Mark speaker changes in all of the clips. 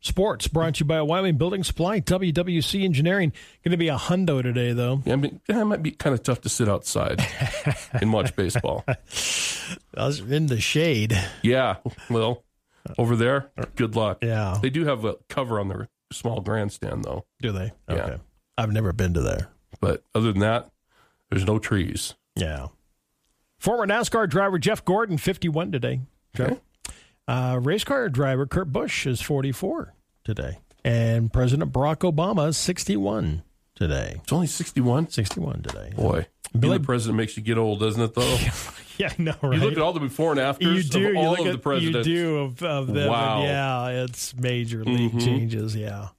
Speaker 1: Sports brought to you by Wyoming Building Supply, WWC Engineering. Going to be a hundo today, though.
Speaker 2: Yeah, I mean, yeah, it might be kind of tough to sit outside and watch baseball.
Speaker 1: I was in the shade.
Speaker 2: Yeah, well, over there, good luck.
Speaker 1: Yeah.
Speaker 2: They do have a cover on their small grandstand, though.
Speaker 1: Do they?
Speaker 2: Yeah.
Speaker 1: Okay. I've never been to there.
Speaker 2: But other than that, there's no trees.
Speaker 1: Yeah. Former NASCAR driver Jeff Gordon, 51 today. Jeff. Uh, race car driver Kurt Busch is 44 today. And President Barack Obama is 61 today.
Speaker 2: It's only 61.
Speaker 1: 61 today.
Speaker 2: Boy,
Speaker 1: Billy-
Speaker 2: being the president makes you get old, doesn't it, though?
Speaker 1: Yeah, no, right?
Speaker 2: You look at all the before and
Speaker 1: You
Speaker 2: afters
Speaker 1: do.
Speaker 2: of
Speaker 1: you
Speaker 2: all
Speaker 1: look
Speaker 2: of
Speaker 1: at,
Speaker 2: the presidents.
Speaker 1: You do of, of them. and
Speaker 2: Wow. Mm-hmm.
Speaker 1: Yeah, it's major league changes. Yeah.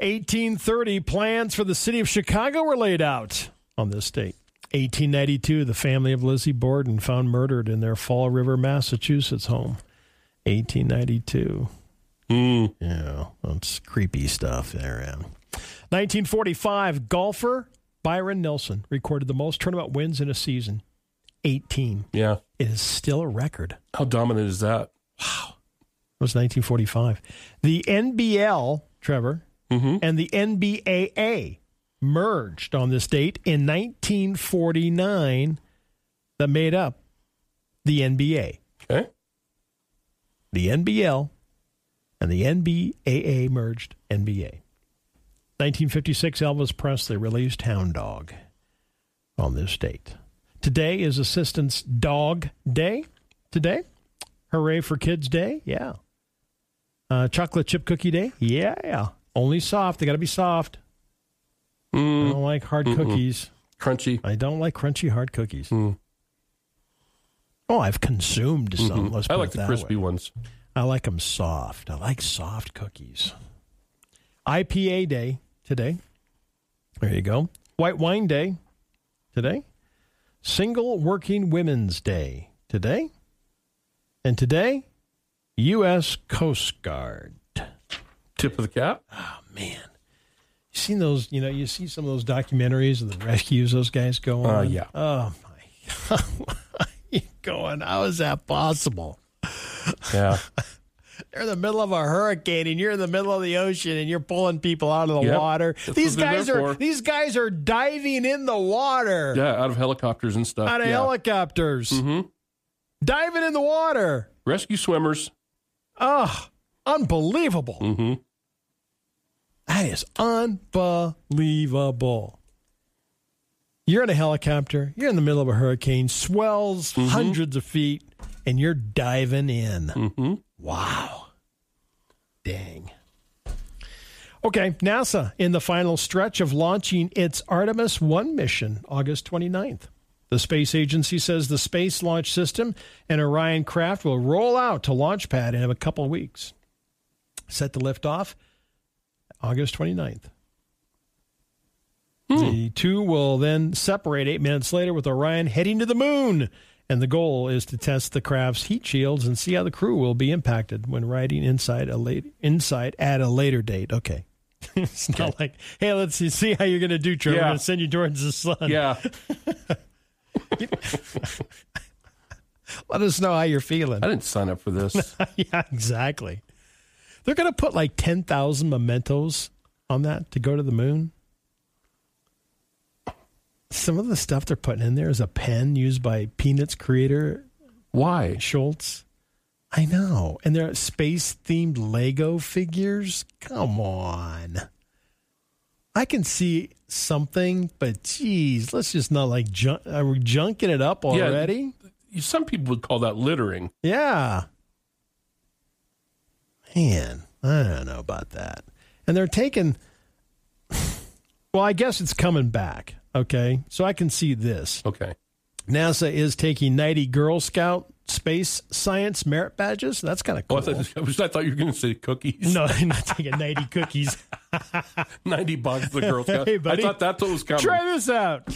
Speaker 1: 1830, plans for the city of Chicago were laid out on this date. 1892, the family of Lizzie Borden found murdered in their Fall River, Massachusetts home. 1892.
Speaker 2: Mm.
Speaker 1: Yeah, that's creepy stuff there. Yeah. 1945, golfer Byron Nelson recorded the most tournament wins in a season 18.
Speaker 2: Yeah.
Speaker 1: It is still a record.
Speaker 2: How dominant is that?
Speaker 1: It was 1945. The NBL, Trevor, and the NBAA merged on this date in 1949 that made up the NBA.
Speaker 2: Okay.
Speaker 1: The NBL and the NBAA merged NBA. 1956, Elvis Presley released Hound Dog on this date. Today is Assistance Dog Day. Today, Hooray for Kids Day. Yeah. Uh, chocolate chip cookie day. Yeah. Only soft. They got to be soft. I
Speaker 2: Mm,
Speaker 1: don't like hard cookies.
Speaker 2: crunchy.
Speaker 1: I don't like crunchy hard cookies.
Speaker 2: Mm.
Speaker 1: Oh, I've consumed some. Let's
Speaker 2: Mm-hmm. I
Speaker 1: put
Speaker 2: like
Speaker 1: it
Speaker 2: the
Speaker 1: that
Speaker 2: crispy
Speaker 1: way.
Speaker 2: ones.
Speaker 1: I like them soft. I like soft cookies. IPA day today. There you go. White wine day today. Single working women's day today. And today, U.S. Coast Guard.
Speaker 2: Tip of the cap.
Speaker 1: Man, you seen those? You know, you see some of those documentaries of the rescues those guys go on.
Speaker 2: Uh, yeah.
Speaker 1: Oh my! God. You're going? How is that possible?
Speaker 2: Yeah.
Speaker 1: They're in the middle of a hurricane and you're in the middle of the ocean and you're pulling people out of the
Speaker 2: Yep.
Speaker 1: water.
Speaker 2: That's
Speaker 1: these
Speaker 2: what they're
Speaker 1: guys
Speaker 2: there
Speaker 1: are
Speaker 2: for.
Speaker 1: these guys are diving in the water
Speaker 2: yeah. Out of helicopters and stuff.
Speaker 1: out of
Speaker 2: yeah. Mm-hmm.
Speaker 1: helicopters. Diving in the water.
Speaker 2: Rescue swimmers.
Speaker 1: Oh, unbelievable.
Speaker 2: Mm-hmm.
Speaker 1: That is unbelievable. You're in a helicopter, you're in the middle of a hurricane, swells hundreds of feet, and you're diving in.
Speaker 2: Mm-hmm.
Speaker 1: Wow. Dang. Okay, NASA in the final stretch of launching its Artemis 1 mission August 29th. The space agency says the Space Launch System and Orion craft will roll out to launch pad in a couple of weeks. Set to lift off August 29th.
Speaker 2: Hmm.
Speaker 1: The two will then separate eight minutes later with Orion heading to the moon. And the goal is to test the craft's heat shields and see how the crew will be impacted when riding inside a late inside at a later date. Okay. it's not like, hey, let's see, see how you're gonna do, Trevor. We're
Speaker 2: Yeah.
Speaker 1: gonna send you towards the sun.
Speaker 2: Yeah.
Speaker 1: Let us know how you're feeling.
Speaker 2: I didn't sign up for this.
Speaker 1: yeah, exactly. They're gonna put like ten thousand mementos on that to go to the moon. Some of the stuff they're putting in there is a pen used by Peanuts creator
Speaker 2: Why?
Speaker 1: Schultz. I know. And they're space themed Lego figures. Come on. I can see something, but geez, let's just not like junk. Are we junking it up
Speaker 2: Yeah.
Speaker 1: already?
Speaker 2: Some people would call that littering.
Speaker 1: Yeah. Man, I don't know about that. And they're taking. Well, I guess it's coming back. Okay. So I can see this.
Speaker 2: Okay.
Speaker 1: NASA is taking 90 Girl Scout space science merit badges. That's kind of
Speaker 2: Oh,
Speaker 1: cool.
Speaker 2: I, thought, I was- I thought you were going to say cookies.
Speaker 1: no, they're not taking 90 cookies.
Speaker 2: 90 bucks the girls got.
Speaker 1: Hey,
Speaker 2: I
Speaker 1: buddy.
Speaker 2: thought that's what was coming.
Speaker 1: Try this out.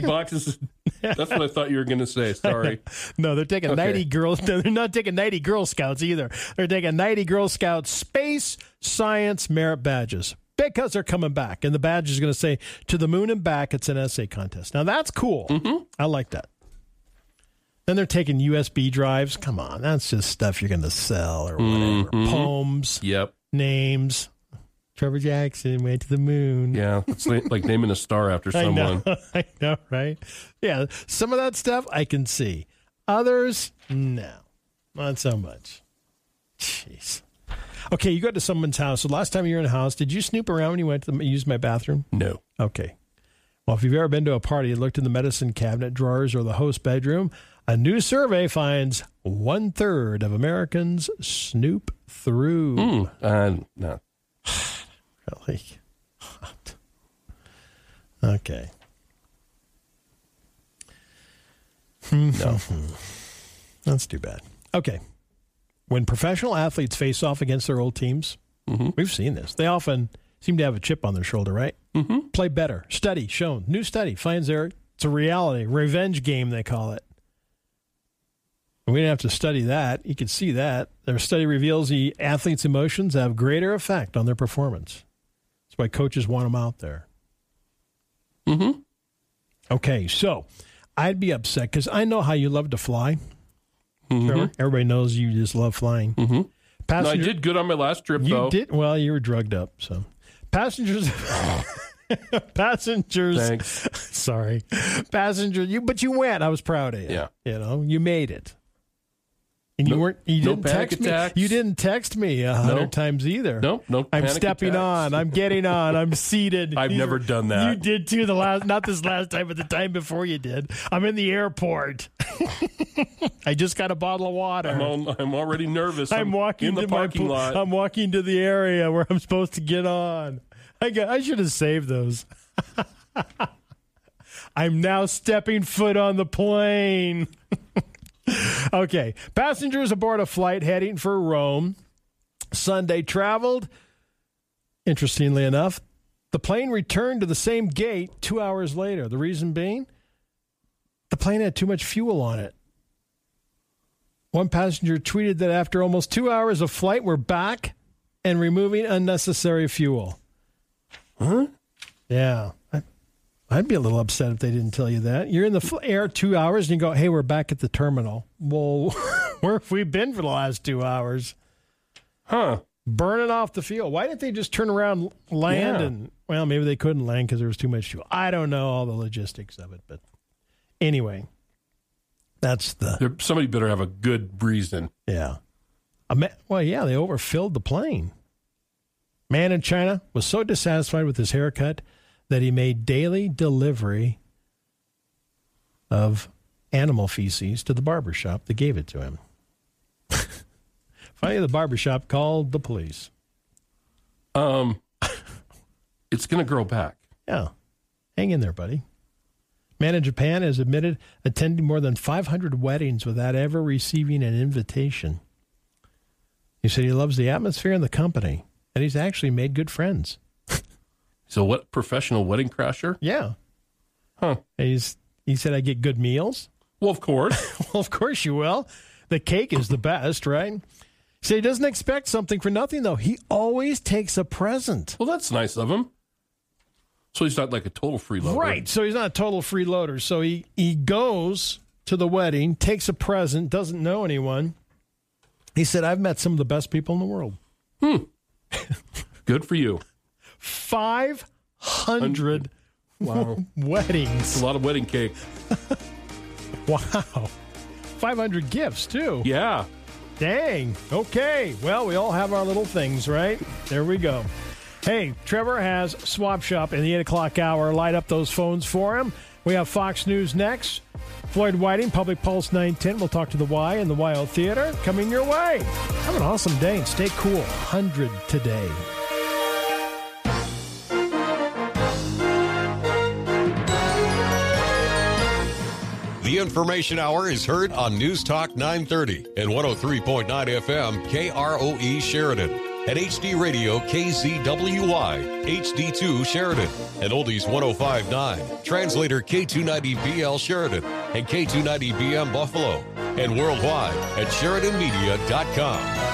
Speaker 2: boxes. That's what I thought you were going to say. Sorry.
Speaker 1: No, they're taking
Speaker 2: Okay.
Speaker 1: 90 girls. No, they're not taking 90 Girl Scouts either. They're taking 90 Girl Scout space science merit badges because they're coming back. And the badge is going to say to the moon and back. It's an essay contest. Now, that's cool. I like that. Then they're taking USB drives. Come on, that's just stuff you're going to sell or whatever. Poems.
Speaker 2: Yep.
Speaker 1: names. Trevor Jackson went to the moon.
Speaker 2: Yeah, it's like, like naming a star after
Speaker 1: I know,
Speaker 2: someone.
Speaker 1: I know, right? Yeah, some of that stuff I can see. Others, no, not so much. Jeez. Okay, you go to someone's house. So last time you were in a house, did you snoop around when you went to the, use my bathroom?
Speaker 2: No.
Speaker 1: Okay. Well, if you've ever been to a party and looked in the medicine cabinet drawers or the host bedroom, a new survey finds one third of Americans snoop through.
Speaker 2: Hmm. Uh, no.
Speaker 1: Really hot. Okay.
Speaker 2: No.
Speaker 1: That's too bad. Okay. When professional athletes face off against their old teams, we've seen this. They often seem to have a chip on their shoulder, right? Mm-hmm. Play better. Study shown. New study finds there it's a reality revenge game. They call it. We didn't have to study that. You can see that their study reveals the athletes' emotions have greater effect on their performance. That's why coaches want them out there.
Speaker 2: Mm-hmm.
Speaker 1: Okay, so I'd be upset because I know how you love to fly. Trevor. Everybody knows you just love flying. Mm-hmm.
Speaker 2: No, I
Speaker 1: Passenger,
Speaker 2: did good on my last trip,
Speaker 1: you
Speaker 2: though.
Speaker 1: did well. You were drugged up, so passengers, passengers.
Speaker 2: Thanks.
Speaker 1: Sorry, passenger. You, but you went. I was proud of you.
Speaker 2: Yeah.
Speaker 1: you know, you made it. And you
Speaker 2: No-
Speaker 1: weren't. You
Speaker 2: no
Speaker 1: didn't
Speaker 2: panic
Speaker 1: text
Speaker 2: attacks.
Speaker 1: me. You didn't text me a hundred times either.
Speaker 2: Nope. No.
Speaker 1: I'm
Speaker 2: panic
Speaker 1: stepping
Speaker 2: attacks.
Speaker 1: on. I'm getting on. I'm seated.
Speaker 2: I've
Speaker 1: These
Speaker 2: never
Speaker 1: are-
Speaker 2: done
Speaker 1: You
Speaker 2: that.
Speaker 1: did too. The last, not this last time, but the time before you did. I'm in the airport. I just got a bottle of water.
Speaker 2: I'm, al- I'm already nervous.
Speaker 1: I'm walking
Speaker 2: in the
Speaker 1: to
Speaker 2: parking
Speaker 1: my, pl-
Speaker 2: lot.
Speaker 1: I'm walking to the area where I'm supposed to get on. I got, I should have saved those. I'm now stepping foot on the plane. okay, passengers aboard a flight heading for Rome Sunday traveled. Interestingly enough, the plane returned to the same gate 2 hours later. The reason being the plane had too much fuel on it. One passenger tweeted that after almost two hours of flight, we're back and removing unnecessary fuel.
Speaker 2: Huh?
Speaker 1: Yeah. I- I'd be a little upset if they didn't tell you that. You're in the fl- air two hours and you go, hey, we're back at the terminal. Well, where have we been for the last two hours?
Speaker 2: Huh?
Speaker 1: Burning off the fuel. Why didn't they just turn around, land,
Speaker 2: Yeah.
Speaker 1: and, well, maybe they couldn't land because there was too much fuel. I don't know all the logistics of it, but anyway, that's the.
Speaker 2: There, somebody better have a good reason.
Speaker 1: Yeah. A ma- well, yeah, they overfilled the plane. Man in China was so dissatisfied with his haircut that he made daily delivery of animal feces to the barber shop that gave it to him. Finally, the barber shop called the police.
Speaker 2: Um, it's gonna grow back.
Speaker 1: Yeah. Hang in there, buddy. Man in Japan has admitted attending more than 500 weddings without ever receiving an invitation. He said he loves the atmosphere and the company, and he's actually made good friends.
Speaker 2: So what? Professional wedding crasher?
Speaker 1: Yeah.
Speaker 2: Huh?
Speaker 1: And he's, he said, I get good meals.
Speaker 2: Well, of course.
Speaker 1: well, of course you will. The cake is the best, right? So he doesn't expect something for nothing, though. He always takes a present.
Speaker 2: well, that's nice of him. So he's not like a total freeloader,
Speaker 1: Right. So he's not a total freeloader. So he, he goes to the wedding, takes a present, doesn't know anyone. He said, I've met some of the best people in the world.
Speaker 2: Good for you.
Speaker 1: 500
Speaker 2: Wow,
Speaker 1: weddings.
Speaker 2: a lot of wedding cake.
Speaker 1: Wow. 500 gifts, too.
Speaker 2: Yeah.
Speaker 1: Dang. Okay. Well, we all have our little things, right? There we go. Hey, Trevor has Swap Shop in the 8 o'clock hour. Light up those phones for him. We have Fox News next. Floyd Whiting, Public Pulse 910. We'll talk to the Y and the YO Theater coming your way. Have an awesome day and stay cool. 100 today.
Speaker 3: The Information Hour is heard on News Talk 930 and 103.9 FM KROE E Sheridan. At HD Radio KZWY, HD2 Sheridan, and Oldies 1059, translator K290BL Sheridan, and K290BM Buffalo, and worldwide at SheridanMedia.com.